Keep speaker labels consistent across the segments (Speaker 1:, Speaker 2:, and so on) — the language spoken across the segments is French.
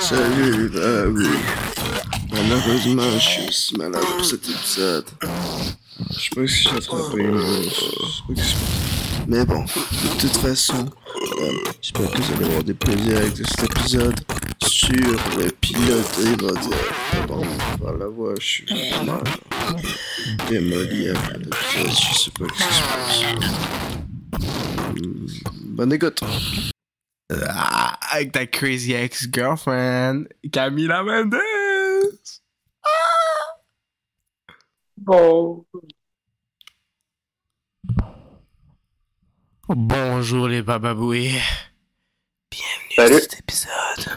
Speaker 1: Salut, bah oui. Malheureusement, je suis malade pour cet épisode. Je sais pas si j'ai attrapé une grosse- je sais pas ce qui se passe. Mais bon, de toute façon, euh, j'espère que vous allez avoir des plaisirs avec cet épisode sur le pilote et votre... Pardon, par la voix, je suis vraiment démoli après l'épisode, je sais pas ce qui se passe.
Speaker 2: Bah.
Speaker 1: Hmm, Bonne écoute.
Speaker 3: Ah, avec ta crazy ex-girlfriend, Camila Mendes. Ah!
Speaker 2: Bon.
Speaker 3: Bonjour les bababoués.
Speaker 2: Salut.
Speaker 3: Cet épisode.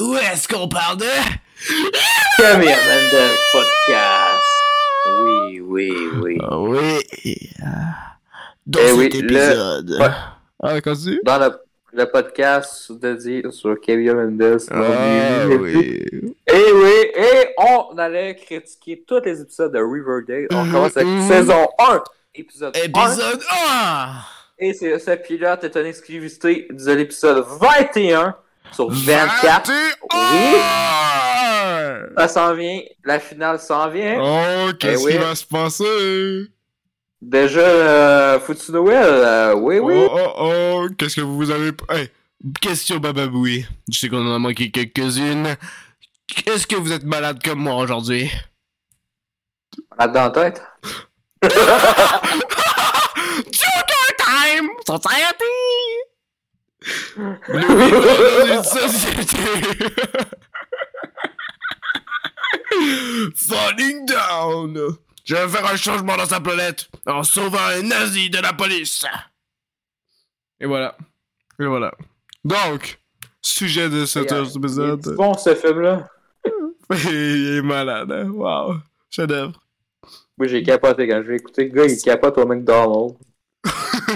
Speaker 3: Où est-ce qu'on parle de
Speaker 2: Camille Mendel Podcast. Oui, oui, oui.
Speaker 3: Ah. Oui. Dans
Speaker 2: Eh
Speaker 3: cet
Speaker 2: oui, le-
Speaker 3: épisode.
Speaker 2: Ouais.
Speaker 3: Ah, continue.
Speaker 2: Dans le, le podcast de dire sur Camille Mendel.
Speaker 3: Ah oui.
Speaker 2: Et Eh oui, et on allait critiquer tous les épisodes de Riverdale. On
Speaker 3: Mhm,
Speaker 2: commence avec
Speaker 3: mhm. Eh,
Speaker 2: saison 1, épisode 1.
Speaker 3: Épisode 1
Speaker 2: Et c'est- ce pilote est une exclusivité de l'épisode 21 sur 24. Ça s'en vient, la finale s'en vient.
Speaker 3: Oh, qu'est-ce
Speaker 2: Eh oui.
Speaker 3: qui va se passer
Speaker 2: Déjà, euh, foutu Noël, euh, oui, oui.
Speaker 3: Oh oh oh, qu'est-ce que vous avez. Hey, question Bababoui. Je sais qu'on en a manqué quelques-unes. Est-ce que vous êtes malade comme moi aujourd'hui?
Speaker 2: La dans la tête.
Speaker 3: Joker time! Society! Nous vivons dans une société! Falling down! Je vais faire un changement dans sa planète en sauvant un nazi de la police! Et voilà. Et voilà. Donc, sujet de cet
Speaker 2: Et, euh,
Speaker 3: épisode.
Speaker 2: Il est Bon, ce film-là.
Speaker 3: Il est malade, hein? Wow. Chef-d'œuvre.
Speaker 2: Moi, j'ai capoté quand je l'ai écouté. Le gars, il capote au McDonald's.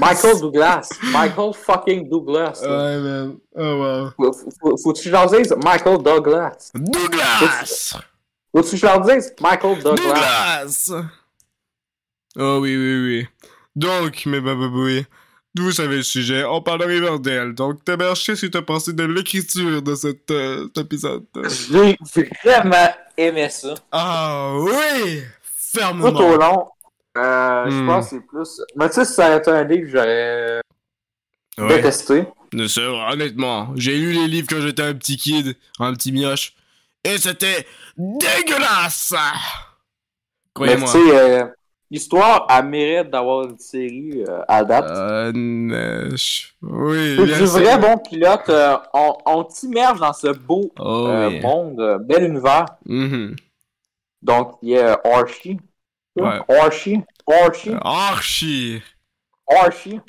Speaker 2: Michael Douglas. Michael fucking Douglas. là.
Speaker 3: Ouais, man. Oh, wow.
Speaker 2: Faut- faut- Faut-tu que je leur dise Michael Douglas?
Speaker 3: Douglas!
Speaker 2: Faut-tu que je leur dise Michael Douglas?
Speaker 3: Douglas! Oh, oui, oui, oui. Donc, mes bababouis, vous savez le sujet, on parle de Riverdale. Donc, t'héberchez si t'as pensé de l'écriture de cet, euh, cet épisode.
Speaker 2: J'ai vraiment aimé ça.
Speaker 3: Ah, oui!
Speaker 2: Tout au
Speaker 3: Fermement.
Speaker 2: long. euh, Je
Speaker 3: Hmm.
Speaker 2: pense que c'est plus. Mais tu sais, si ça aurait été un livre, j'aurais
Speaker 3: Ouais.
Speaker 2: détesté.
Speaker 3: Ne serait- honnêtement, j'ai lu les livres quand j'étais un petit kid, un petit mioche, et c'était dégueulasse!
Speaker 2: Mais tu
Speaker 3: Croyez-moi.
Speaker 2: sais, euh, l'histoire, elle mérite d'avoir une série euh, à date.
Speaker 3: Euh, euh, je- oui,
Speaker 2: C'est
Speaker 3: bien
Speaker 2: du
Speaker 3: sûr.
Speaker 2: vrai bon pilote. euh, on on t'immerge dans ce beau
Speaker 3: Oh,
Speaker 2: euh,
Speaker 3: oui.
Speaker 2: monde, euh, bel univers.
Speaker 3: Mhm.
Speaker 2: Donc, il y a Archie.
Speaker 3: Ouais.
Speaker 2: Archie. Archie.
Speaker 3: Archie.
Speaker 2: Archie.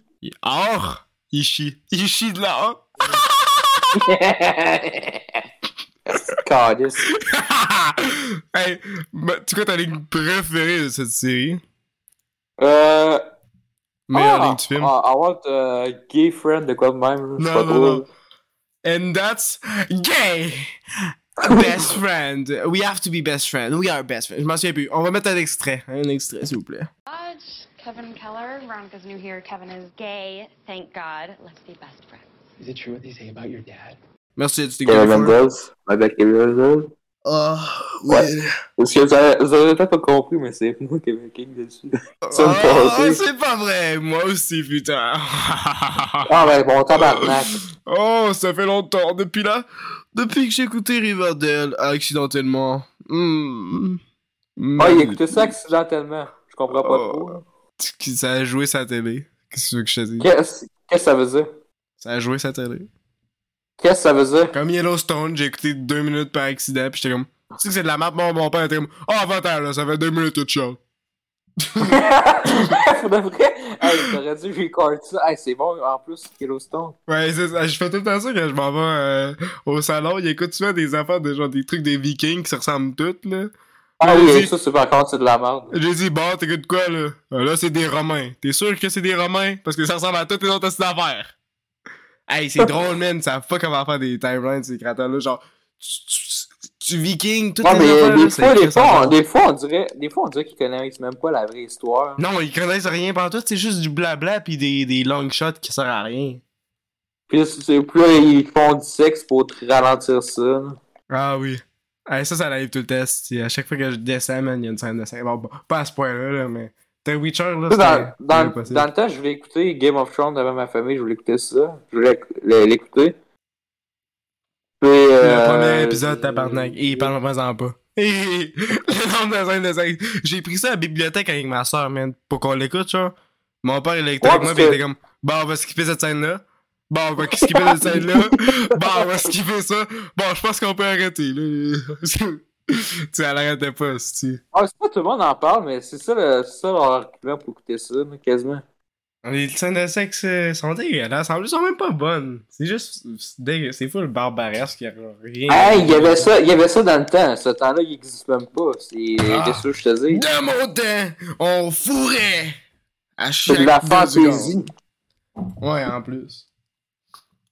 Speaker 3: Or. Ishi. Ishi de hein? la or.
Speaker 2: Calice.
Speaker 3: hey, ma- tu quoi ta ligne préférée de cette série?
Speaker 2: Euh,
Speaker 3: Meilleure
Speaker 2: ah,
Speaker 3: ligne du film?
Speaker 2: ah, I want a gay friend de quoi de même. je sais
Speaker 3: Non,
Speaker 2: pas
Speaker 3: non,
Speaker 2: trop.
Speaker 3: non. And that's gay. Best friend. We have to be best friend. We are best friend. Je m'en souviens plus. On va mettre un extrait. Un extrait, s'il vous plaît.
Speaker 4: Dodge, Kevin Keller. Veronica's new here. Kevin is gay. Thank God. Let's be best friends.
Speaker 5: Is it true what they say about your dad?
Speaker 3: Merci, tu t'es
Speaker 2: Kevin
Speaker 3: gagné pour-
Speaker 2: Mendels. Avec Kevin Mendels.
Speaker 1: Ah,
Speaker 2: Ouais.
Speaker 1: oui.
Speaker 2: Parce que vous avez, vous avez peut-être pas compris, mais c'est moi qui ai kick dessus. Ça me
Speaker 3: Oh,
Speaker 2: passait.
Speaker 3: c'est pas vrai. Moi aussi, putain.
Speaker 2: Ah, ben, bon, tabarnak.
Speaker 3: Oh, ça fait longtemps. Depuis là, depuis que j'ai écouté Riverdale accidentellement. Hmm. Hmm.
Speaker 2: Ah, il écoutait ça accidentellement. Je comprends pas
Speaker 3: Oh.
Speaker 2: trop.
Speaker 3: Qui- Ça a joué sa télé. Qu'est-ce que tu veux que je te dise?
Speaker 2: Qu'est-ce qu'est-ce que ça veut dire?
Speaker 3: Ça a joué sa télé.
Speaker 2: Qu'est-ce que ça veut dire?
Speaker 3: Comme Yellowstone, j'ai écouté deux minutes par accident, puis j'étais comme. Tu sais que c'est de la map, mon, mon père était comme. Oh, va-t'en, là, ça fait deux minutes tout chiant.
Speaker 2: Pour de vrai, hey, t'aurais dû record ça. Hey, c'est bon, en plus, Yellowstone.
Speaker 3: Ouais, c'est ça. Je fais tout le temps ça quand je m'en vais euh, au salon. Il écoute souvent des affaires de genre des trucs des vikings qui se ressemblent toutes, là.
Speaker 2: Ah
Speaker 3: Mais
Speaker 2: oui,
Speaker 3: c'est-
Speaker 2: ça, c'est par contre, c'est de la merde.
Speaker 3: J'ai dit, bon, t'écoutes quoi, là? Ah, Là, c'est des Romains. T'es sûr que c'est des Romains? Parce que ça ressemble à toutes les autres astuces d'affaires. Hey, c'est drôle, man. Ça savent pas comment faire des timelines, ces créateurs-là. Genre, tu, tu- tu viking, tout
Speaker 2: Non, mais
Speaker 3: affaires, là,
Speaker 2: des
Speaker 3: c'est
Speaker 2: fois, des
Speaker 3: Chris
Speaker 2: fois, on,
Speaker 3: Evans.
Speaker 2: des fois, on dirait, des fois, on dirait qu'ils connaissent même pas la vraie histoire.
Speaker 3: Non, ils connaissent rien par tout. C'est juste du blabla pis des, des long shots qui servent à rien.
Speaker 2: Puis là, c'est- puis là, ils font du sexe pour te ralentir ça. là.
Speaker 3: Ah oui. Hey, ça, ça arrive tout le test. À chaque fois que je descends, man, il y a une scène de sexe. Bon, bon, pas à ce point-là, là, mais. T'as Witcher, là.
Speaker 2: Tu sais, Dans,
Speaker 3: c'était-
Speaker 2: dans,
Speaker 3: c'était impossible.
Speaker 2: dans le temps, je voulais écouter Game of Thrones devant ma famille, je voulais écouter ça. Je voulais l'é- l'écouter. Puis,
Speaker 3: Le
Speaker 2: euh,
Speaker 3: premier épisode, tabarnak. Et il parle en pas. Hé, hé, hé. Le nombre de scènes de sexe. J'ai pris ça à la bibliothèque avec ma soeur, man, pour qu'on l'écoute, genre. Mon père, il était
Speaker 2: Ouais,
Speaker 3: avec moi,
Speaker 2: parce
Speaker 3: pis il
Speaker 2: que-
Speaker 3: était comme, bon, on va skipper cette scène-là. Bon, on va skipper cette scène-là. Bon, on va skipper ça. Bon, je pense qu'on peut arrêter, là. tu sais, elle arrêtait pas, si
Speaker 2: Ah, c'est pas tout le monde en parle, mais c'est ça, le, c'est ça leur argument pour écouter ça, là, quasiment.
Speaker 3: Les scènes de sexe euh, sont dégueulasses. En plus, elles sont même pas bonnes. C'est juste, c'est dégueu- c'est fou le barbaresque, il y a rien.
Speaker 2: Hey, il y avait ça, il y avait ça dans le temps. Ce temps-là, il n'existe même pas. C'est,
Speaker 3: Ah.
Speaker 2: qu'est-ce que je te dis?
Speaker 3: De mon temps, on fourrait à chaque
Speaker 2: C'est de la
Speaker 3: deux
Speaker 2: fantaisie.
Speaker 3: secondes. Ouais, en plus.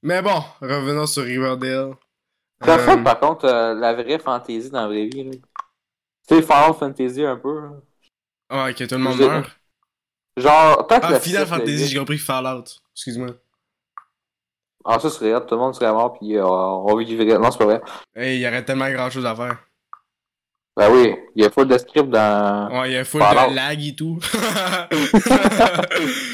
Speaker 3: Mais bon, revenons sur Riverdale.
Speaker 2: Ça
Speaker 3: Euh,
Speaker 2: fait, par contre, euh, la vraie fantaisie dans la vraie vie, là. Tu sais, Final Fantasy un peu. là.
Speaker 3: Ouais, que tout le monde
Speaker 2: Je-
Speaker 3: meurt.
Speaker 2: Genre, tant que
Speaker 3: Ah,
Speaker 2: la
Speaker 3: Final
Speaker 2: petite, là,
Speaker 3: Fantasy, j'ai compris Fallout. Excuse-moi.
Speaker 2: Ah, ça serait hot, tout le monde serait mort, puis euh, on vivrait. Non, c'est pas vrai.
Speaker 3: Hey, il y aurait tellement grand chose à faire.
Speaker 2: Ben oui, il y a pas de script dans.
Speaker 3: Ouais, il y a full
Speaker 2: Fallout.
Speaker 3: de lag et tout.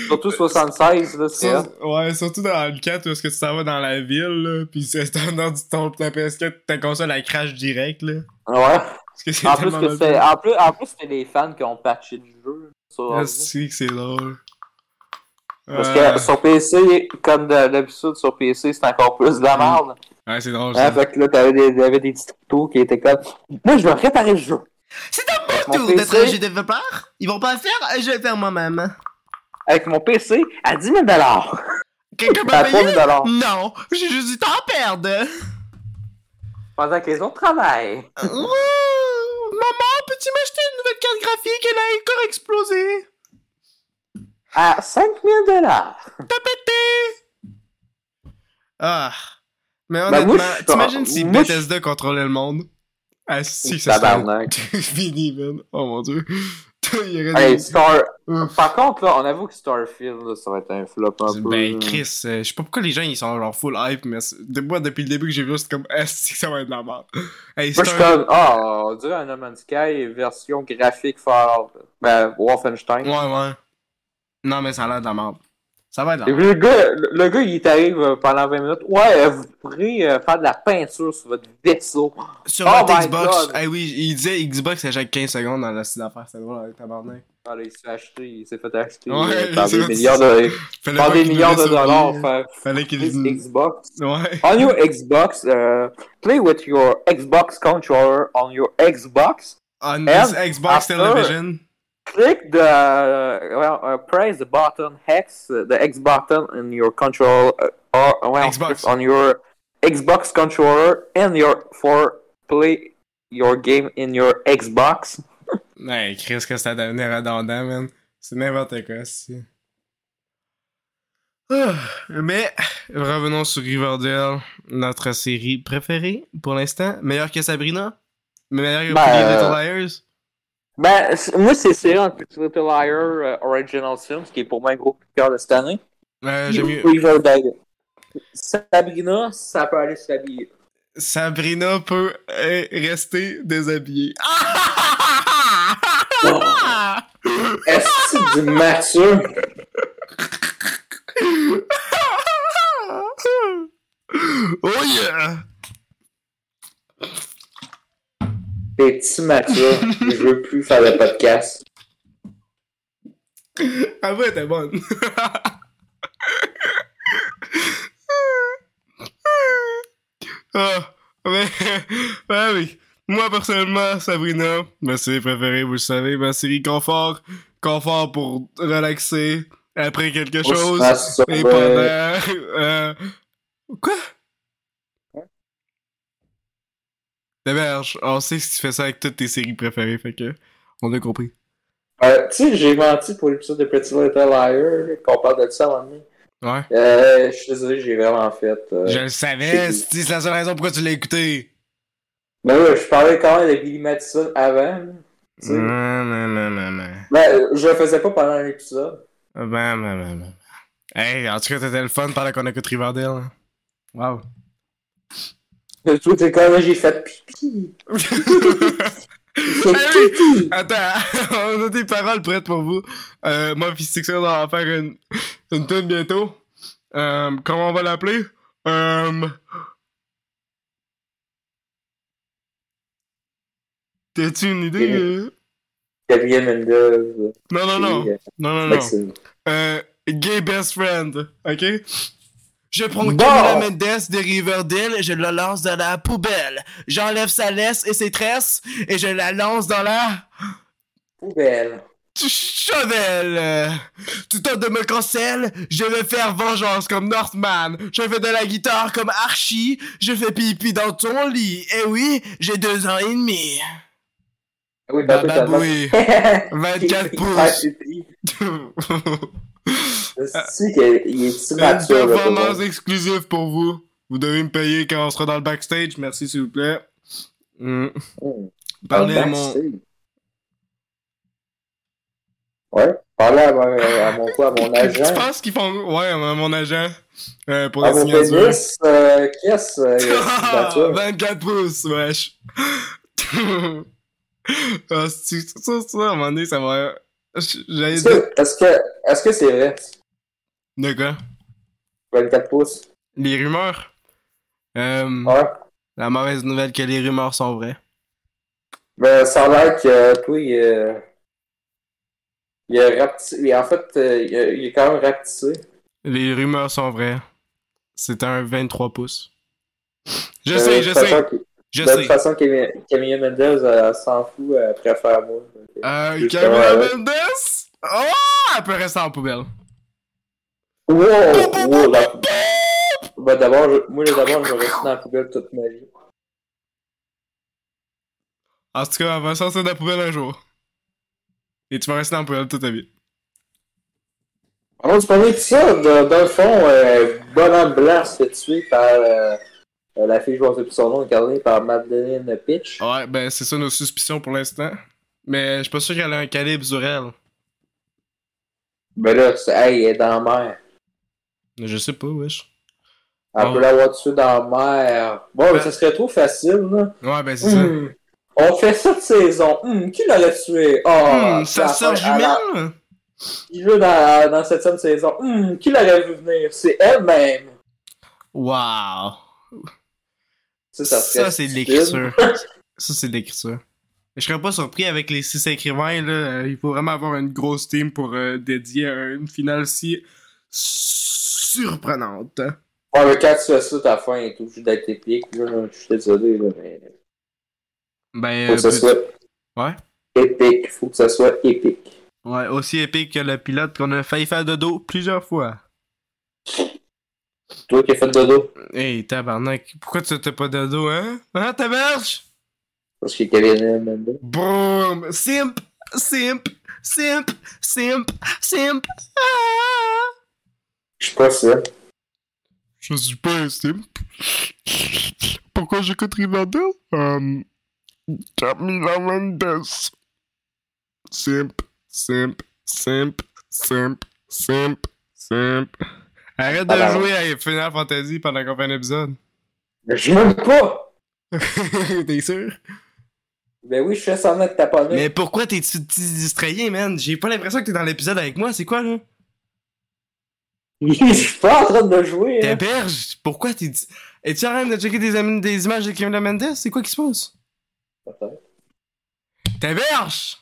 Speaker 2: Surtout 76, là, c'est hot.
Speaker 3: Sur- ouais, surtout dans le 4 où est-ce que tu t'en vas dans la ville, là, pis c'est en dans du ton, ta PS4, ta console, elle crash direct, là.
Speaker 2: Ouais.
Speaker 3: Parce que c'est
Speaker 2: En plus,
Speaker 3: tellement
Speaker 2: que
Speaker 3: mal
Speaker 2: c'était-
Speaker 3: fait.
Speaker 2: en plus, en plus, c'était les fans qui ont patché le jeu. sur-
Speaker 3: Ah, c'est que c'est drôle.
Speaker 2: Parce
Speaker 3: Euh,
Speaker 2: que sur PC, comme de- d'habitude, sur PC, c'est encore plus de la merde.
Speaker 3: Ouais, c'est drôle. ça.
Speaker 2: Hein, fait que là, t'avais des, t'avais des petits tutos qui étaient comme. Moi, je vais réparer le jeu.
Speaker 3: C'est un
Speaker 2: Mon tour d'être PC. un jeu
Speaker 3: développeur. Ils vont pas le faire, euh, je vais le faire moi-même.
Speaker 2: Avec mon PC à 10 000
Speaker 3: Quelqu'un
Speaker 2: À 3 000
Speaker 3: Non, j'ai juste du temps à perdre.
Speaker 2: Pendant que les autres travaillent.
Speaker 3: Maman, peux-tu m'acheter une nouvelle carte graphique? Elle a encore explosé.
Speaker 2: À 5 000
Speaker 3: Ah. Mais
Speaker 2: Bah,
Speaker 3: honnêtement,
Speaker 2: moi, je suis pas-
Speaker 3: t'imagines si
Speaker 2: moi, je-
Speaker 3: Bethesda contrôlait le monde? Ah, si, ça serait
Speaker 2: Tabarnak.
Speaker 3: fini, man. Oh mon dieu. Il y aurait
Speaker 2: Hey,
Speaker 3: des-
Speaker 2: Star.
Speaker 3: Ouf.
Speaker 2: Par contre, là, on avoue que Starfield, là, ça va être un flop un peu.
Speaker 3: Ben,
Speaker 2: là.
Speaker 3: Chris, euh, je sais pas pourquoi les gens ils sont genre full hype, mais c'est- de- moi depuis le début que j'ai vu, c'est comme, est-ce que ça va être de la merde? Hey,
Speaker 2: Moi, je suis
Speaker 3: Star-
Speaker 2: comme. Ah, on dirait un No Man's Sky version graphique Fallout. Ben, Wolfenstein.
Speaker 3: Ouais, ouais. Non, mais ça a l'air de la merde. Ça va être de
Speaker 2: Et
Speaker 3: la merde.
Speaker 2: puis le gars, le, le gars, il t'arrive euh, pendant 20 minutes. Ouais, euh, vous pourrez euh, faire de la peinture sur votre vaisseau.
Speaker 3: Sur
Speaker 2: Oh
Speaker 3: votre
Speaker 2: my
Speaker 3: Xbox,
Speaker 2: God.
Speaker 3: hey, oui, il disait Xbox à chaque 15 secondes dans la style d'affaires, c'est drôle avec tabarnak.
Speaker 2: Ah, là, il s'est acheté, il s'est fait acheter
Speaker 3: Ouais,
Speaker 2: euh, par
Speaker 3: il s'est
Speaker 2: des
Speaker 3: fait-
Speaker 2: milliards de,
Speaker 3: Fallait
Speaker 2: par
Speaker 3: pas
Speaker 2: des
Speaker 3: qu'il
Speaker 2: milliards
Speaker 3: nous
Speaker 2: de
Speaker 3: laisse
Speaker 2: dollars.
Speaker 3: oublier.
Speaker 2: Faire
Speaker 3: Fallait qu'il.
Speaker 2: plus Xbox.
Speaker 3: Ouais.
Speaker 2: On your Xbox, euh, play with your Xbox controller on your Xbox.
Speaker 3: On this
Speaker 2: And
Speaker 3: Xbox
Speaker 2: after-
Speaker 3: television.
Speaker 2: Click the uh, well, uh, press the button hex uh, the X button in your control uh, or well,
Speaker 3: Xbox.
Speaker 2: on your Xbox controller and your for play your game in your Xbox.
Speaker 3: Hey, Chris, que ça devenait redondant, man. C'est n'importe quoi, c'est. Ah, Mais revenons sur Riverdale, notre série préférée pour l'instant. Meilleure que Sabrina? Meilleure que
Speaker 2: Ben,
Speaker 3: Pretty
Speaker 2: euh,
Speaker 3: Little Liars?
Speaker 2: Ben c- moi c'est c'est entre Little Liar euh, Original Sims qui est pour moi un gros coup de cœur de cette année.
Speaker 3: Euh, J'aime mieux.
Speaker 2: Riverdale. Sabrina, ça peut aller s'habiller.
Speaker 3: Sabrina peut euh, rester déshabillée.
Speaker 2: Oh. Est-ce que c'est du mature?
Speaker 3: Oh yeah!
Speaker 2: Des petits matures. Je veux plus faire de podcast.
Speaker 3: Ah ouais, t'es bonne. ah, mais, ah oui. Moi, personnellement, Sabrina, ma série préférée, vous le savez, ma série confort. Confort pour relaxer après quelque
Speaker 2: Faut se
Speaker 3: chose.
Speaker 2: faire sauver.
Speaker 3: Et pendant... euh, quoi? L'héberge, on sait que tu fais ça avec toutes tes séries préférées, fait que... On a compris.
Speaker 2: Euh, tu sais, j'ai menti pour l'épisode de Pretty Little Liar, là, qu'on parle de ça à un moment donné.
Speaker 3: Ouais.
Speaker 2: Euh, je suis désolé, j'ai vraiment fait. euh,
Speaker 3: Je le savais,
Speaker 2: c'est-
Speaker 3: c'est c'est la seule raison pourquoi tu l'as écouté.
Speaker 2: Mais Ben ouais, je parlais quand même de Billy Madison avant. là. Tu sais.
Speaker 3: Mm.
Speaker 2: Ben,
Speaker 3: Non, non, non, non, non.
Speaker 2: Mais euh, je le faisais pas pendant l'épisode.
Speaker 3: Ben, ben, ben, ben. Hey, en tout cas, t'étais le fun pendant qu'on écoute Riverdale. hein. Wow.
Speaker 2: Le truc, c'est quand j'ai fait pipi. J'ai
Speaker 3: Hey,
Speaker 2: fait pipi.
Speaker 3: Attends, on a des paroles prêtes pour vous. Euh, moi, pis Sixer, on va faire une, une tune bientôt. Euh, comment on va l'appeler? Euh... T'as-tu une idée? euh?
Speaker 2: Gabriel Mendez.
Speaker 3: Non, non, non.
Speaker 2: et, euh,
Speaker 3: Non, non, non.
Speaker 2: Maxime.
Speaker 3: Euh, gay best friend, ok? Je prends
Speaker 2: Bon.
Speaker 3: Camila Mendes de Riverdale et je la lance dans la poubelle. J'enlève sa laisse et ses tresses et je la lance dans la...
Speaker 2: Poubelle.
Speaker 3: Chevel! Tu tentes de me cancel? Je vais faire vengeance comme Northman. Je fais de la guitare comme Archie. Je fais pipi dans ton lit. Eh oui, j'ai deux ans et demi. Bah,
Speaker 2: Ah oui, Ah, tantôt, t'as-
Speaker 3: Bababoui. 24
Speaker 2: Il
Speaker 3: pouces. Ah.
Speaker 2: fait pipi. C'est que- il est
Speaker 3: Une
Speaker 2: immature, le
Speaker 3: performance
Speaker 2: pauvre.
Speaker 3: exclusive pour vous. Vous devez me payer quand on sera dans le backstage. Merci, s'il vous plaît. Mm.
Speaker 2: Mm.
Speaker 3: Parlez à
Speaker 2: Dans le
Speaker 3: mon...
Speaker 2: backstage. Ouais, parlez à mon, à mon quoi, à mon
Speaker 3: Tu
Speaker 2: agent.
Speaker 3: penses qu'ils font... Ouais, à mon agent. euh, pour
Speaker 2: À
Speaker 3: la
Speaker 2: mon
Speaker 3: signature.
Speaker 2: pénis, euh, qu'est-ce, euh, il est immature.
Speaker 3: 24 pouces, wesh. ah, c'est ça, ça, ça, à un moment donné, ça va. J'allais
Speaker 2: Est-ce
Speaker 3: dire.
Speaker 2: que, est-ce que, est-ce que c'est vrai?
Speaker 3: De quoi
Speaker 2: 24 pouces.
Speaker 3: Les rumeurs. Euh,
Speaker 2: Ouais.
Speaker 3: La mauvaise nouvelle que les rumeurs sont vraies.
Speaker 2: Ben, ça a l'air que, euh, toi, il, euh, il a rapetissé. il- En fait, euh, il, a- il est quand même rapetissé.
Speaker 3: Les rumeurs sont vraies. C'est un 23 pouces. Je
Speaker 2: Euh,
Speaker 3: sais,
Speaker 2: de
Speaker 3: je
Speaker 2: toute
Speaker 3: sais,
Speaker 2: façon, qu'il-
Speaker 3: je
Speaker 2: De toute
Speaker 3: sais.
Speaker 2: façon, Cam- Camilla Mendez, elle euh, s'en fout, elle préfère moi. Donc,
Speaker 3: Euh,
Speaker 2: Je
Speaker 3: Camila
Speaker 2: sais.
Speaker 3: Mendes? Oh! Elle peut rester en poubelle.
Speaker 2: euh, Wow! wow la- Ben, d'abord, je- moi, là, d'abord, je vais rester dans la poubelle toute ma vie.
Speaker 3: En tout cas, elle va sortir de la poubelle un jour. Et tu vas rester dans la poubelle toute ta vie.
Speaker 2: Alors, tu parlais de ça, dans, dans le fond, euh, Bonhomme Blanc se fait tuer par euh, euh, la fille, je ne sais plus son nom, incarnée par Madeleine Pitch.
Speaker 3: Ouais, ben c'est ça nos suspicions pour l'instant. Mais je suis pas sûr qu'elle a un calibre sur elle.
Speaker 2: Ben là, c'est, hey, elle est dans la mer.
Speaker 3: Je sais pas, wesh.
Speaker 2: Elle
Speaker 3: Oh.
Speaker 2: peut l'avoir tuée dans la mer. Bon, mais ça serait trop facile, là.
Speaker 3: Ouais, ben c'est ça.
Speaker 2: Hmm. On fait ça de saison. Hmm, qui l'aurait tué? Ah,
Speaker 3: Hmm, sa sœur
Speaker 2: à la-
Speaker 3: jumelle?
Speaker 2: Il joue dans, dans cette septième saison. Hmm, qui l'aurait vu venir? C'est elle-même.
Speaker 3: Wow.
Speaker 2: Ça, ça serait
Speaker 3: Ça, c'est de
Speaker 2: stupide.
Speaker 3: l'écriture. ça, c'est de l'écriture. Mais Je serais pas surpris avec les six écrivains, là. euh, Il faut vraiment avoir une grosse team pour euh, dédier à une finale si surprenante. hein.
Speaker 2: Ouais, mais quand tu fais ça, ta fin est obligée d'être épique. Là, je suis désolé, là, mais.
Speaker 3: Ben,
Speaker 2: Faut que
Speaker 3: euh,
Speaker 2: ça soit.
Speaker 3: Ouais.
Speaker 2: Épique. Faut que ça soit épique.
Speaker 3: ouais, aussi épique que le pilote qu'on a failli faire de dos plusieurs fois.
Speaker 2: Toi qui as fait dodo.
Speaker 3: Hey, tabarnak, pourquoi tu t'es pas de dos, hein? Hein, tabarche?
Speaker 2: Parce qu'il y avait une Mendo.
Speaker 3: Boom! Simp! Simp! Simp! Simp! Simp! Ah!
Speaker 2: Je suis pas sûr.
Speaker 3: Je suis pas un simp. Pourquoi j'écoute Riverdale? Um, Camila Mendes. Simp, simp, simp, simp, simp, simp. Arrête de
Speaker 2: Alors.
Speaker 3: jouer à Final Fantasy pendant qu'on fait un épisode.
Speaker 2: Mais je m'aime pas!
Speaker 3: T'es sûr?
Speaker 2: Ben oui, je fais semblant que t'as pas
Speaker 3: Mais
Speaker 2: né.
Speaker 3: pourquoi t'es-tu distrayé, man? J'ai pas l'impression que t'es dans l'épisode avec moi, c'est quoi, là?
Speaker 2: je suis pas en train de jouer.
Speaker 3: T'es
Speaker 2: hein.
Speaker 3: berge, pourquoi t'es... dis- Es-tu en train de checker des, am- des images de Camila Mendes? C'est quoi qui se passe?
Speaker 2: Attends.
Speaker 3: T'es berge!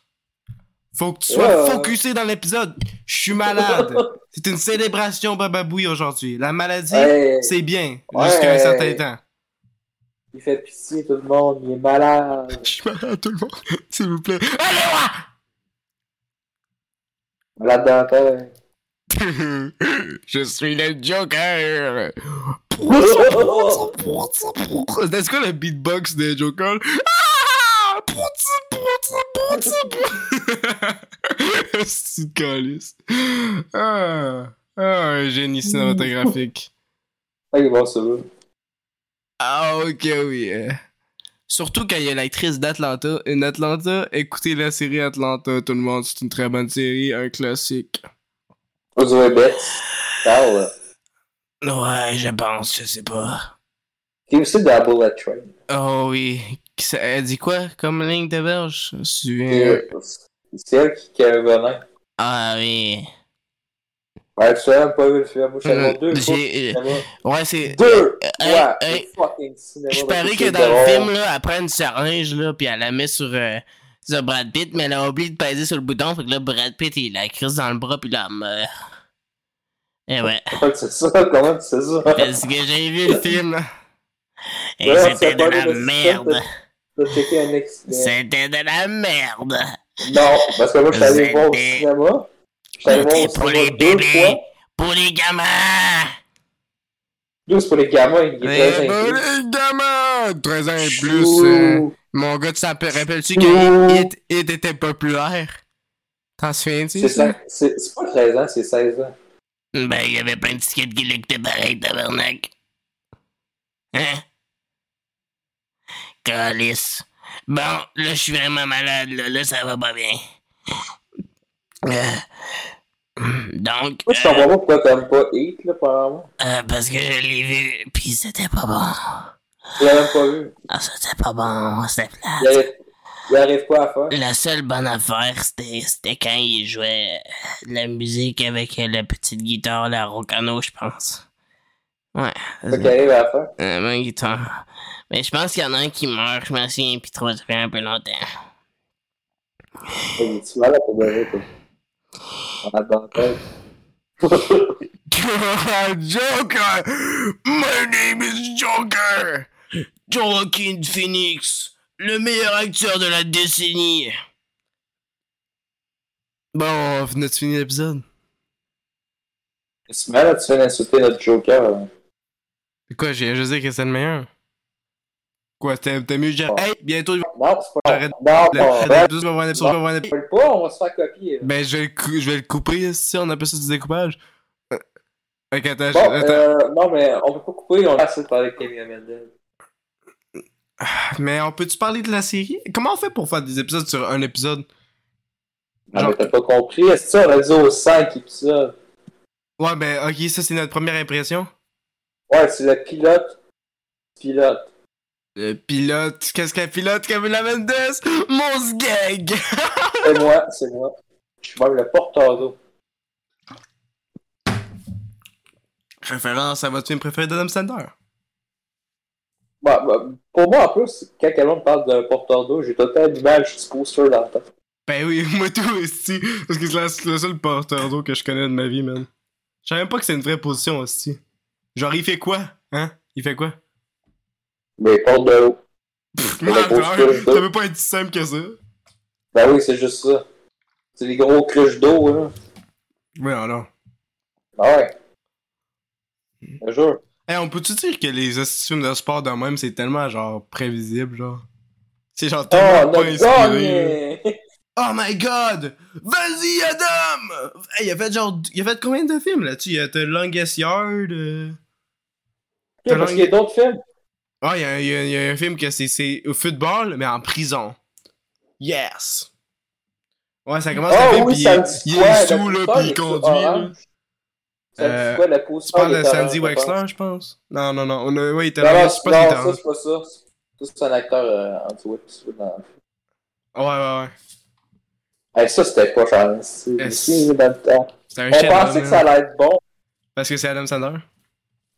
Speaker 3: Faut que tu sois
Speaker 2: Ouais.
Speaker 3: focusé dans l'épisode. Je suis malade. c'est une célébration bababoui aujourd'hui. La maladie,
Speaker 2: Hey,
Speaker 3: c'est bien.
Speaker 2: Ouais.
Speaker 3: Jusqu'à un certain temps.
Speaker 2: il fait pitié tout le monde, il est malade.
Speaker 3: Je suis malade, tout le monde. S'il vous plaît. Allez, moi!
Speaker 2: Malade dans la tête.
Speaker 3: Je suis le Joker! Oh, C'est quoi le beatbox de Joker? Ah! Prouti, prouti, prouti, prouti. C'est une calice. Ah, ah, un génie cinématographique.
Speaker 2: Ah, il est bon, ça va.
Speaker 3: Ah, ok, oui. euh. Surtout quand il y a l'actrice d'Atlanta. Une Atlanta, écoutez la série Atlanta, tout le monde. C'est une très bonne série, un classique.
Speaker 2: Pas du vrai bête. Parle. là.
Speaker 3: Ouais, je pense, je sais pas.
Speaker 2: T'es aussi dans la Bullet Train.
Speaker 3: Oh oui. Qui ça- Elle dit quoi comme ligne de berge? Je me souviens.
Speaker 2: C'est c'est elle qui, qui a le venin.
Speaker 3: Ah oui.
Speaker 2: Ouais, tu sais, pas vu le film. Moi, je suis allé
Speaker 3: Euh,
Speaker 2: voir deux fois au
Speaker 3: j'ai-
Speaker 2: cinéma.
Speaker 3: Ouais, c'est.
Speaker 2: Deux
Speaker 3: hey,
Speaker 2: fois
Speaker 3: hey.
Speaker 2: au fucking cinéma.
Speaker 3: Je
Speaker 2: dans
Speaker 3: parie
Speaker 2: tout
Speaker 3: que
Speaker 2: le
Speaker 3: dans le
Speaker 2: dehors.
Speaker 3: film, là, elle prend une seringue, là, puis elle la met sur, euh, sur Brad Pitt, mais elle a oublié de peser sur le bouton, fait que là, Brad Pitt, il la crise dans le bras, puis là, elle meurt. Eh ouais,
Speaker 2: Ouais, c'est ça, comment tu sais ça?
Speaker 3: parce que j'ai vu le film, là. Et
Speaker 2: Ouais,
Speaker 3: c'était
Speaker 2: c'est
Speaker 3: de
Speaker 2: pas
Speaker 3: la
Speaker 2: le-
Speaker 3: merde.
Speaker 2: T'as checké un extrait.
Speaker 3: C'était de la merde.
Speaker 2: Non, parce que moi, je suis allé
Speaker 3: C'est
Speaker 2: voir au
Speaker 3: des-
Speaker 2: cinéma. Je suis allé voir
Speaker 3: C'était
Speaker 2: au
Speaker 3: pour les
Speaker 2: cinéma deux
Speaker 3: bébés,
Speaker 2: fois.
Speaker 3: pour les gamins.
Speaker 2: Deux, c'est pour les gamins, il est
Speaker 3: ben
Speaker 2: très inquiet.
Speaker 3: gamins! 13 ans
Speaker 2: Chou.
Speaker 3: Mon gars, tu te rappelles-tu
Speaker 2: Chou.
Speaker 3: que Hit, Hit était populaire? T'en souviens-tu?
Speaker 2: C'est
Speaker 3: ça?
Speaker 2: ça- C'est c'est pas 13 ans, c'est 16 ans.
Speaker 3: Ben, il y avait plein de petits kids qui l'écoutaient pareil, tabarnak. Hein? Calice. Bon, là, je suis vraiment malade, là. Là, ça va pas bien. Euh, Donc,
Speaker 2: Moi, je
Speaker 3: euh,
Speaker 2: comprends pas pourquoi t'aimes pas Heat, là, apparemment.
Speaker 3: euh, parce que je l'ai vu, puis c'était pas bon.
Speaker 2: Tu l'as même pas vu.
Speaker 3: Ah, c'était pas bon, c'était
Speaker 2: Il
Speaker 3: plat.
Speaker 2: arrive, il arrive pas à faire.
Speaker 3: La seule bonne affaire, c'était c'était quand il jouait euh, de la musique avec euh, la petite guitare, la rocano, je pense. Ouais.
Speaker 2: C'est qu'il arrive à faire.
Speaker 3: Euh, ma guitare. Mais je pense qu'il y en a un qui meurt, je m'en souviens, puis trois, ça fait un peu longtemps.
Speaker 2: Il est mal à pour de toi. On a dans la tête.
Speaker 3: Joker! My name is Joker! Joaquin Phoenix, le meilleur acteur de la décennie. Bon, on venait de finir l'épisode.
Speaker 2: C'est mal à tu viens d'insulter notre Joker. hein. là.
Speaker 3: Quoi, j'ai juste dit que c'était le meilleur? Quoi, t'es mieux dire. Hey, bientôt, je vais
Speaker 2: Non, c'est pas.
Speaker 3: J'arrête.
Speaker 2: Non, non, non.
Speaker 3: voir un épisode, je vais voir un épisode.
Speaker 2: Tu veux pas, on va se faire copier. là.
Speaker 3: Ben, je vais, le cou- je vais le couper, si on appelle ça du découpage. Euh, ok, attends, je-
Speaker 2: Bon,
Speaker 3: attends.
Speaker 2: euh, non, mais on peut pas couper, on laisse parler avec Camille Amendel.
Speaker 3: Mais on peut-tu parler de la série? Comment on fait pour faire des épisodes sur un épisode?
Speaker 2: Ah,
Speaker 3: Genre-
Speaker 2: mais t'as pas compris, est-ce que ça, on a dit aux 5 épisodes?
Speaker 3: Ouais, ben, ok, ça c'est notre première impression.
Speaker 2: Ouais, c'est le pilote. Pilote.
Speaker 3: Le pilote, qu'est-ce qu'un pilote, Camila Mendes? Mon gag!
Speaker 2: C'est moi, c'est moi. Je suis même le porteur d'eau.
Speaker 3: Référence à votre film préféré d'Adam Sandler.
Speaker 2: Bah, bah, pour moi, en plus, quand quelqu'un me parle d'un porteur d'eau, j'ai totalement l'image du poster dans la tête.
Speaker 3: Ben oui, moi tout aussi. Parce que c'est la- c'est le seul porteur d'eau que je connais de ma vie, man. Je savais même pas que c'est une vraie position aussi. Genre, il fait quoi? Hein? Il fait quoi?
Speaker 2: Mais il porte de l'eau.
Speaker 3: Pff,
Speaker 2: Mais la
Speaker 3: menteur,
Speaker 2: grosse cruche
Speaker 3: ça
Speaker 2: d'eau.
Speaker 3: peut pas être si simple que ça.
Speaker 2: Ben oui, c'est juste ça. C'est les gros cruches d'eau, là.
Speaker 3: Ouais, alors.
Speaker 2: Ah ouais. Un jour.
Speaker 3: Eh, on peut-tu dire que les hosties de films de sport de même, c'est tellement genre prévisible, genre? C'est genre
Speaker 2: Oh,
Speaker 3: tellement
Speaker 2: on
Speaker 3: pas
Speaker 2: a
Speaker 3: inspiré. là.
Speaker 2: gagné!
Speaker 3: Oh my god! Vas-y, Adam! Eh, il a fait genre. Il a fait combien de films là-dessus? Il y a The Longest Yard. euh,
Speaker 2: Ok, Parce qu'il y a d'autres films.
Speaker 3: Ah, il y, a- il y a- il y a un film que c'est- c'est au football, mais en prison. Yes! Ouais, ça commence à
Speaker 2: Ah
Speaker 3: film,
Speaker 2: oui,
Speaker 3: puis
Speaker 2: ça
Speaker 3: il-
Speaker 2: me dit
Speaker 3: il
Speaker 2: quoi?
Speaker 3: est
Speaker 2: la
Speaker 3: sous, là,
Speaker 2: poussière
Speaker 3: puis il
Speaker 2: est-tu
Speaker 3: conduit, là.
Speaker 2: orange? Ça me
Speaker 3: Euh,
Speaker 2: dit quoi, la
Speaker 3: Tu
Speaker 2: poussière
Speaker 3: parles de
Speaker 2: hein? Ah, est orange,
Speaker 3: Sandy
Speaker 2: je pense.
Speaker 3: Wexler, je pense? Non, non, non. on a- Ouais, il était
Speaker 2: Non, non,
Speaker 3: là,
Speaker 2: non,
Speaker 3: je sais pas s'il était
Speaker 2: ça,
Speaker 3: en-
Speaker 2: c'est pas ça. Ça, c'est un acteur euh, anti-web. Dans...
Speaker 3: Ouais, ouais, ouais.
Speaker 2: Hey, ça, c'était pas Charles. C'est
Speaker 3: Yes.
Speaker 2: c'est dans le temps.
Speaker 3: C'est un
Speaker 2: On
Speaker 3: chef-d'œuvre,
Speaker 2: pensait que
Speaker 3: hein.
Speaker 2: ça allait être bon.
Speaker 3: Parce que c'est Adam Sandler.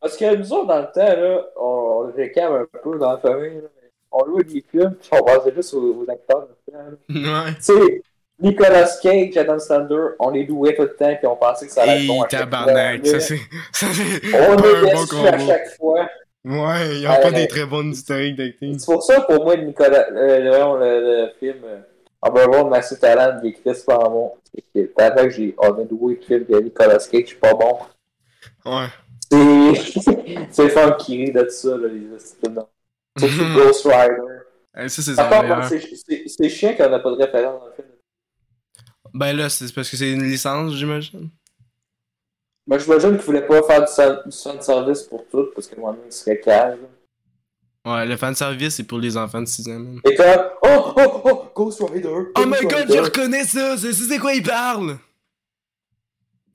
Speaker 2: Parce que nous autres, dans le temps, là, on, on le récame un peu dans la famille. là. On louait des films, puis on pensait juste aux, aux acteurs. dans le temps, là.
Speaker 3: Ouais.
Speaker 2: Tu sais, Nicolas Cage, Adam Sandler, on les louait tout le temps, puis on pensait que ça allait être
Speaker 3: Et
Speaker 2: bon. à chaque
Speaker 3: tabarnak,
Speaker 2: fois.
Speaker 3: ça c'est. Ça c'est.
Speaker 2: On
Speaker 3: pas
Speaker 2: est
Speaker 3: un bon
Speaker 2: déçus à
Speaker 3: combo.
Speaker 2: chaque fois.
Speaker 3: Ouais, ils ont pas
Speaker 2: Ouais.
Speaker 3: des très bonnes historiques d'acting.
Speaker 2: C'est pour ça, pour moi, Nicolas, euh, le, voyons, le- le film euh, Overworld, Massy Talent, des Chris Parmont, c'est la que j'ai, on a doué le film de Nicolas Cage, c'est pas bon.
Speaker 3: Ouais.
Speaker 2: C'est c'est le fan qui rit de ça, là, les astuces. Surtout Ghost Rider.
Speaker 3: Eh, Ça c'est son
Speaker 2: Attends, ben,
Speaker 3: meilleur.
Speaker 2: c'est c'est- c'est chiant qu'on n'a pas de référence dans le film.
Speaker 3: Ben là, c'est parce que c'est une licence, j'imagine.
Speaker 2: Moi, j'imagine qu'ils voulaient pas faire du fan- du fan service pour tout, parce que moi-même, il serait calme.
Speaker 3: Ouais, le fanservice c'est pour les enfants de 6 ans.
Speaker 2: Et comme, oh, oh, oh, Ghost Rider!
Speaker 3: Oh
Speaker 2: Ghost
Speaker 3: my god,
Speaker 2: Rider.
Speaker 3: je reconnais ça! C'est c'est quoi il parle?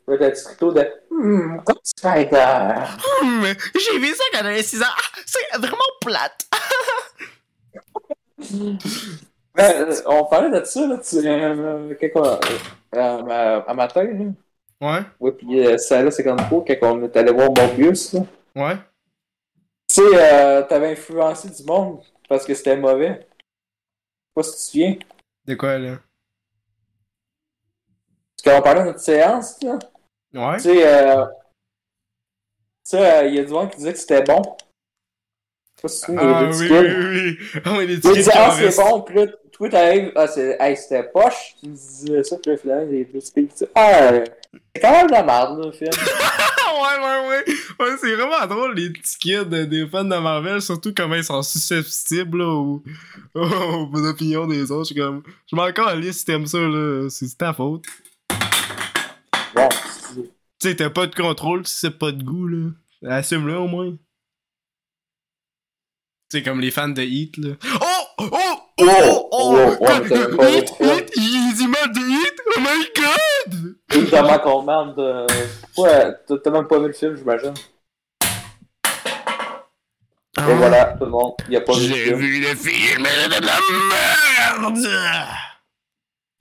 Speaker 2: Avec un petit rideau de. Hmm, comment Spider.
Speaker 3: Hum, j'ai vu ça quand j'avais 6 ans. Ah, C'est vraiment plate.
Speaker 2: Ben, euh, on parlait de ça, là, tu, euh, quand on, euh, euh, à matin, là.
Speaker 3: Ouais,
Speaker 2: Ouais, puis euh, ça, là, c'est comme quoi, quand on est allé voir Morbius, là.
Speaker 3: ouais.
Speaker 2: Tu sais, euh, t'avais influencé du monde parce que c'était mauvais. Je sais pas si tu te souviens.
Speaker 3: De quoi, là?
Speaker 2: Parce qu'on parlait de notre séance, là.
Speaker 3: Ouais.
Speaker 2: Tu sais, euh, tu sais, euh, il y a du monde qui disait que c'était bon. Je sais pas si tu te souviens,
Speaker 3: Ah
Speaker 2: il y a des
Speaker 3: oui,
Speaker 2: petits kids.
Speaker 3: oui, oui. Ah oui, les
Speaker 2: Tu
Speaker 3: tickets
Speaker 2: disais,
Speaker 3: de
Speaker 2: ah, c'est
Speaker 3: Cariste.
Speaker 2: bon, puis là, toi, t'arrives, ah, c'est, hey, c'était poche, tu me disais ça, puis là, finalement, les deux filles, tu ah, euh, c'est quand même de la merde, là, le film.
Speaker 3: Ah ouais, ouais, ouais. Ouais, c'est vraiment drôle, les petits kids euh, des fans de Marvel, surtout comment ils sont susceptibles, là, aux, aux opinions des autres. Je suis comme, je m'en calisse si t'aimes ça, là. C'est ta faute.
Speaker 2: bon, c'est-
Speaker 3: Tu sais, t'as pas de contrôle, tu sais pas de goût, là. Assume-le au moins. C'est comme les fans de Heat, là. Oh! Oh! Oh! Oh!
Speaker 2: Oh, oh,
Speaker 3: Comme-
Speaker 2: ouais, t'avais pas
Speaker 3: Heat!
Speaker 2: le choix.
Speaker 3: Heat! Il dit mal de Heat! Oh my god!
Speaker 2: évidemment qu'on demande de. Ouais, t'as- t'as même pas vu le film, j'imagine. Et voilà, tout le monde, il a pas vu le
Speaker 3: Ah. J'ai
Speaker 2: film.
Speaker 3: vu le film, elle est de la merde!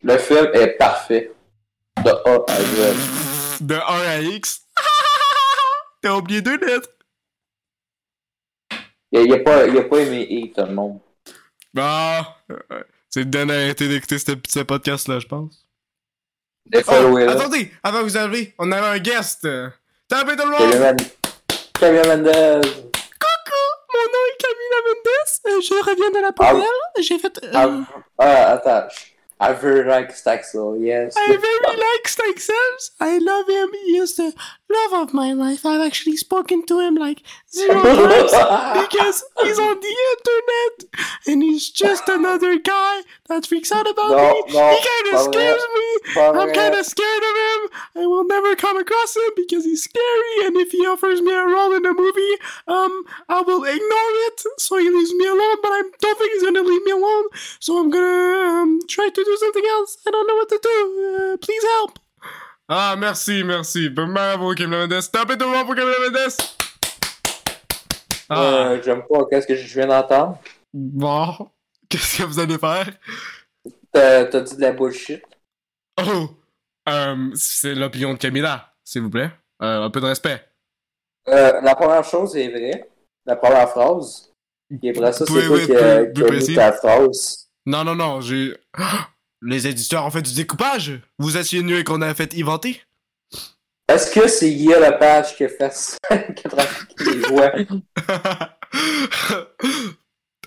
Speaker 2: Le film est parfait. De A à Z.
Speaker 3: De 1 à X. T'as oublié deux lettres.
Speaker 2: Il a, il a pas, il a pas aimé E, tout le monde.
Speaker 3: Bah, c'est de donner à arrêter d'écouter ce, ce podcast-là, je pense.
Speaker 2: Des
Speaker 3: Oh,
Speaker 2: fois, Will,
Speaker 3: attendez, avant que vous arriviez, on avait un guest. euh. Tapez tout le
Speaker 2: Kevin
Speaker 3: monde!
Speaker 2: Mend- Kevin Mendez.
Speaker 3: Coucou! Mon nom est Camila Mendes, euh, je reviens de la poubelle, j'ai fait... euh,
Speaker 2: Ah, ah, attends. I very like Staxel, yes.
Speaker 3: I very like Steak Sims. I love him. He is the love of my life. I've actually spoken to him like zero times because he's on the internet and he's just another guy that freaks out about
Speaker 2: No,
Speaker 3: me.
Speaker 2: no,
Speaker 3: he kind of
Speaker 2: Pavel,
Speaker 3: scares me. I'm
Speaker 2: Pavel.
Speaker 3: kind of scared of him. I will never come across him because he's scary. And if he offers me a role in a movie, um, I will ignore it. So he leaves me alone. But I don't think he's gonna leave me alone. So I'm gonna um, try to do something else. I don't know what to do. Uh, please help. Ah, merci, merci. Bravo, Kim Mendes. Tapez tout le monde pour Kim Mendes. Ah,
Speaker 2: Euh, J'aime pas qu'est-ce que je viens d'entendre.
Speaker 3: bon. Qu'est-ce que vous allez faire?
Speaker 2: T'as t'as dit de la bullshit.
Speaker 3: Oh, euh, c'est l'opinion de Camilla, s'il vous plaît. Euh, un peu de respect.
Speaker 2: Euh, la première chose est vraie. La première phrase. Et après ça,
Speaker 3: Oui,
Speaker 2: c'est toi
Speaker 3: oui,
Speaker 2: qui
Speaker 3: plus-
Speaker 2: as
Speaker 3: plus
Speaker 2: qui as
Speaker 3: précis.
Speaker 2: mis ta phrase.
Speaker 3: Non, non, non, j'ai... Les éditeurs ont fait du découpage. Vous insinuez qu'on a fait inventer?
Speaker 2: Est-ce que c'est Guillaume Lepage qui a fait ça? qui a trafiqué les voix?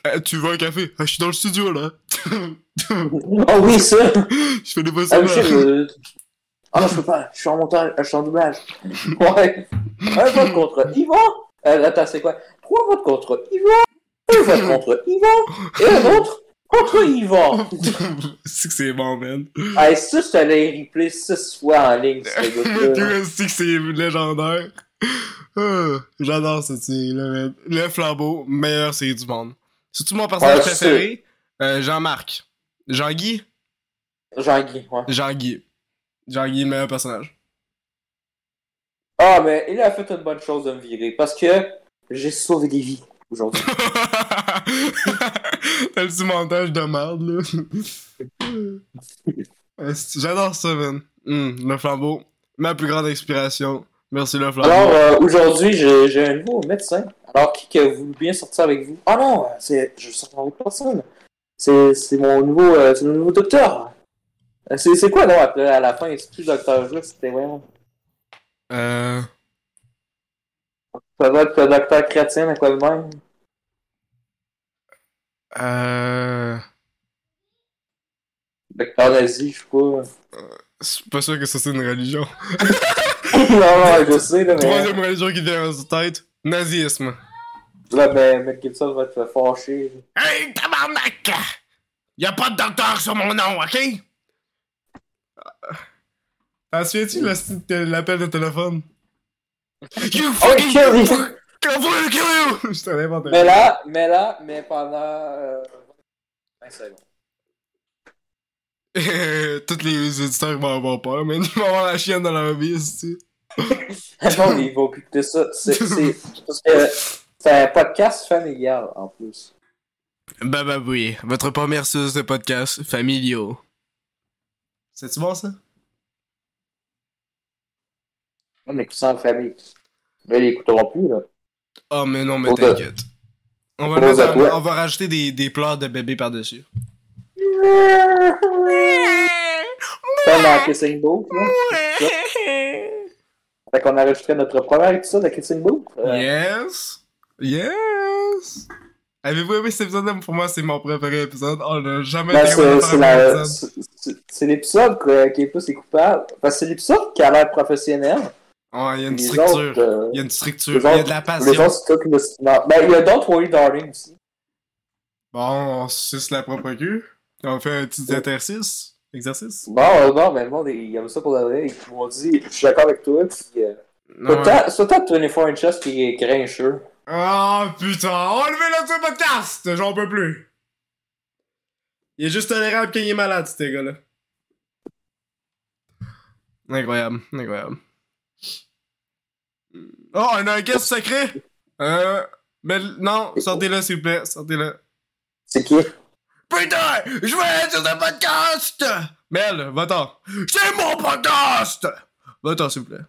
Speaker 3: Euh, tu veux un café? Ah, Je suis dans le studio, là.
Speaker 2: Oh oui, ça!
Speaker 3: Je fais des
Speaker 2: Ah oui, ça,
Speaker 3: possibles.
Speaker 2: je... Ah, je peux pas. Je suis en montage. Je suis en doublage. Ouais. Un vote contre Yvon. Euh, attends, c'est quoi? Trois votes contre Yvon. Un vote contre Yvon. Et un autre contre Yvon.
Speaker 3: c'est que c'est bon, man.
Speaker 2: Ah, et ça, je t'allais replay six fois en ligne, ce gars-là.
Speaker 3: Dieu, c'est que c'est légendaire. Ah, J'adore cette série-là, man. Le flambeau, meilleure série du monde. Surtout mon personnage
Speaker 2: Ouais,
Speaker 3: préféré, euh, Jean-Marc. Jean-Guy?
Speaker 2: Jean-Guy, ouais.
Speaker 3: Jean-Guy. Jean-Guy, le meilleur personnage.
Speaker 2: Ah, mais il a fait une bonne chose de me virer parce que j'ai sauvé des vies aujourd'hui.
Speaker 3: T'as le petit montage de merde, là. Euh, c'est- J'adore ça, man. Hum, le flambeau, ma plus grande inspiration. Merci, le flambeau.
Speaker 2: Alors, euh, aujourd'hui, j'ai j'ai un nouveau médecin. Alors, qui que vous voulez bien sortir avec vous? Ah non, c'est, je sors pas avec personne. C'est c'est mon nouveau, euh, c'est mon nouveau docteur. Euh, C'est c'est quoi, non, après, à la fin, c'est plus docteur Jules, c'était vraiment.
Speaker 3: Euh...
Speaker 2: Ça doit être le docteur chrétien, à quoi de même.
Speaker 3: Euh...
Speaker 2: Docteur nazi, je sais pas. non,
Speaker 3: Je suis pas sûr que ça c'est une religion.
Speaker 2: non, je sais, là, mais.
Speaker 3: Troisième religion qui vient en tête, nazisme.
Speaker 2: Là, ben, Mel Gibson va être fâché.
Speaker 3: Hey, tabarnak! Y'a pas de docteur sur mon nom, ok? euh, T'en souviens-tu de l'appel de téléphone? You
Speaker 2: Oh,
Speaker 3: fucking...
Speaker 2: kill me.
Speaker 3: I'm gonna kill you! Je t'en ai inventé.
Speaker 2: Mais là, mais là, mais pendant. Euh... 20 secondes. Ben,
Speaker 3: Euh, Tous les éditeurs vont avoir peur, mais ils vont avoir la chienne dans leur vie, c'est
Speaker 2: Ah non, mais ils vont plus que ça. C'est c'est- parce que c'est un podcast familial en plus.
Speaker 3: Bababoui, votre première source de podcast familiaux. C'est-tu bon, ça?
Speaker 2: On écoute ça en famille. Mais ils l'écouteront plus, là.
Speaker 3: Oh, mais non, mais
Speaker 2: Pose à-
Speaker 3: t'inquiète. On va,
Speaker 2: Pose
Speaker 3: mettre
Speaker 2: à
Speaker 3: un-
Speaker 2: toi.
Speaker 3: on va rajouter des, des pleurs de bébé par-dessus.
Speaker 2: Comme dans Kissing Booth, là. Fait qu'on enregistrait notre premier épisode de Kissing Booth. Euh,
Speaker 3: Yes! Yes! Avez-vous aimé cet épisode? Pour moi, c'est mon préféré épisode. On n'a jamais
Speaker 2: Ben,
Speaker 3: été capable de
Speaker 2: c'est-
Speaker 3: faire
Speaker 2: c'est
Speaker 3: un
Speaker 2: la-
Speaker 3: épisode.
Speaker 2: c'est- c'est- c'est l'épisode quoi, qui est plus les coupables. Parce que c'est l'épisode qui a l'air professionnel.
Speaker 3: Ouais, Oh, il y a une
Speaker 2: Les
Speaker 3: structure.
Speaker 2: autres, euh,
Speaker 3: Il y a une structure.
Speaker 2: les
Speaker 3: Il y a
Speaker 2: autres,
Speaker 3: de la
Speaker 2: les
Speaker 3: passion.
Speaker 2: autres, c'est toi qui me non. Ben, il y a d'autres Worry Darling aussi.
Speaker 3: Bon, on se suce la propre queue. On fait un petit exercice. Exercice?
Speaker 2: Bon, euh, non, mais le monde, il aime ça pour la vraie. Ils m'ont dit, je suis d'accord avec toi. Puis, euh,
Speaker 3: Ouais.
Speaker 2: autant- surtout à 24 Inches qui est grincheux.
Speaker 3: Ah putain, enlevez le ce podcast, j'en peux plus. Il est juste tolérable quand il est malade, ce gars-là. Incroyable, incroyable. Oh, on a un guest secret. Euh, mais l- non, sortez-le s'il vous plaît, sortez-le.
Speaker 2: C'est qui?
Speaker 3: Putain, je vais être sur ce podcast. Mel, va-t'en. C'est mon podcast. Va-t'en s'il vous plaît.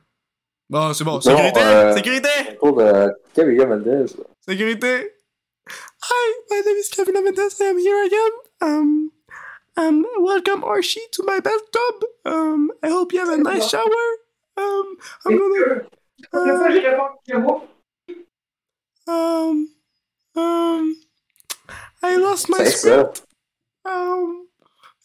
Speaker 3: Bon, c'est bon. Sécurité,
Speaker 2: euh,
Speaker 3: sécurité.
Speaker 2: Un cours de Camilla Mendez.
Speaker 3: Sécurité. Hi, my name is Kevin Mendes. I am here again. Um, um, welcome Orshi to my bathtub. Um, I hope you have a nice shower. Um, I'm gonna. Um, um, um, I lost my
Speaker 2: C'est
Speaker 3: script.
Speaker 2: ça.
Speaker 3: Um,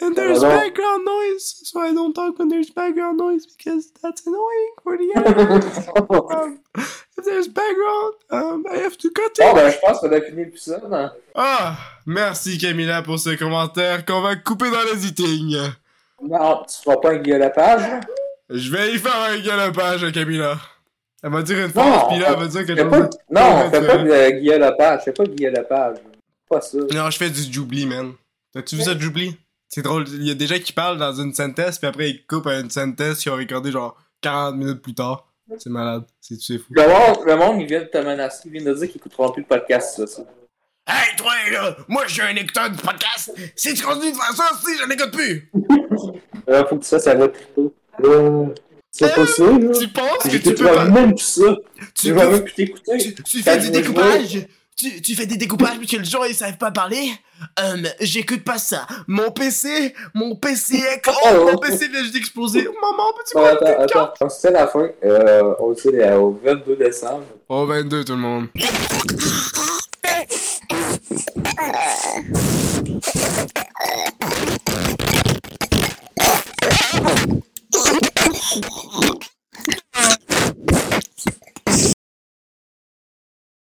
Speaker 3: and there's
Speaker 2: Hello.
Speaker 3: background noise, so I don't talk when there's background noise because that's annoying for the animals. um, if there's background, um, I have to cut it.
Speaker 2: Bon, ben, je pense qu'on a fini l'épisode. Hein.
Speaker 3: Ah, merci Camilla pour ce commentaire qu'on va couper dans l'editing.
Speaker 2: Non, tu feras pas un Guillaume Lapage. là.
Speaker 3: Je vais y faire un galopage à Camilla. Elle va dire une phrase, puis là, elle va dire quelque
Speaker 2: Fais pas-
Speaker 3: chose.
Speaker 2: Non, fais pas
Speaker 3: euh,
Speaker 2: de Guillaume Lapage. Fais pas Guillaume Lapage. Pas ça.
Speaker 3: Non, je fais du Joubli, man. T'as-tu vu ça, Joubli? C'est drôle, il y a des gens qui parlent dans une synthèse, puis après ils coupent à une synthèse qu'ils ont recordé genre 40 minutes plus tard. C'est malade, c'est c'est fou.
Speaker 2: Le monde, le monde, il vient de te menacer, il vient de dire qu'ils écouteront plus le podcast, ça. ça.
Speaker 3: Hey, toi, là, moi, je suis un écouteur de podcast. Si tu continues de faire ça, si, j'en écoute plus.
Speaker 2: Euh, faut que ça, ça va plus tôt. Euh, c'est pas ça, là.
Speaker 3: Tu penses que tu peux
Speaker 2: J'écouterai
Speaker 3: pas.
Speaker 2: même plus ça.
Speaker 3: Tu
Speaker 2: Je
Speaker 3: peux
Speaker 2: vais même plus t'écouter.
Speaker 3: tu, tu
Speaker 2: Quand
Speaker 3: fais
Speaker 2: je
Speaker 3: du
Speaker 2: vais
Speaker 3: découpage tu, tu fais des découpages parce que les gens ils savent pas parler Hum, j'écoute pas ça mon PC mon PC est
Speaker 2: Oh.
Speaker 3: mon PC vient juste d'exploser maman peux-tu
Speaker 2: Bon,
Speaker 3: m'aider
Speaker 2: attends, attends. On se fait
Speaker 3: Oh,
Speaker 2: la fin. Euh, on le sait, là, au 22 décembre.
Speaker 3: au 22 tout le monde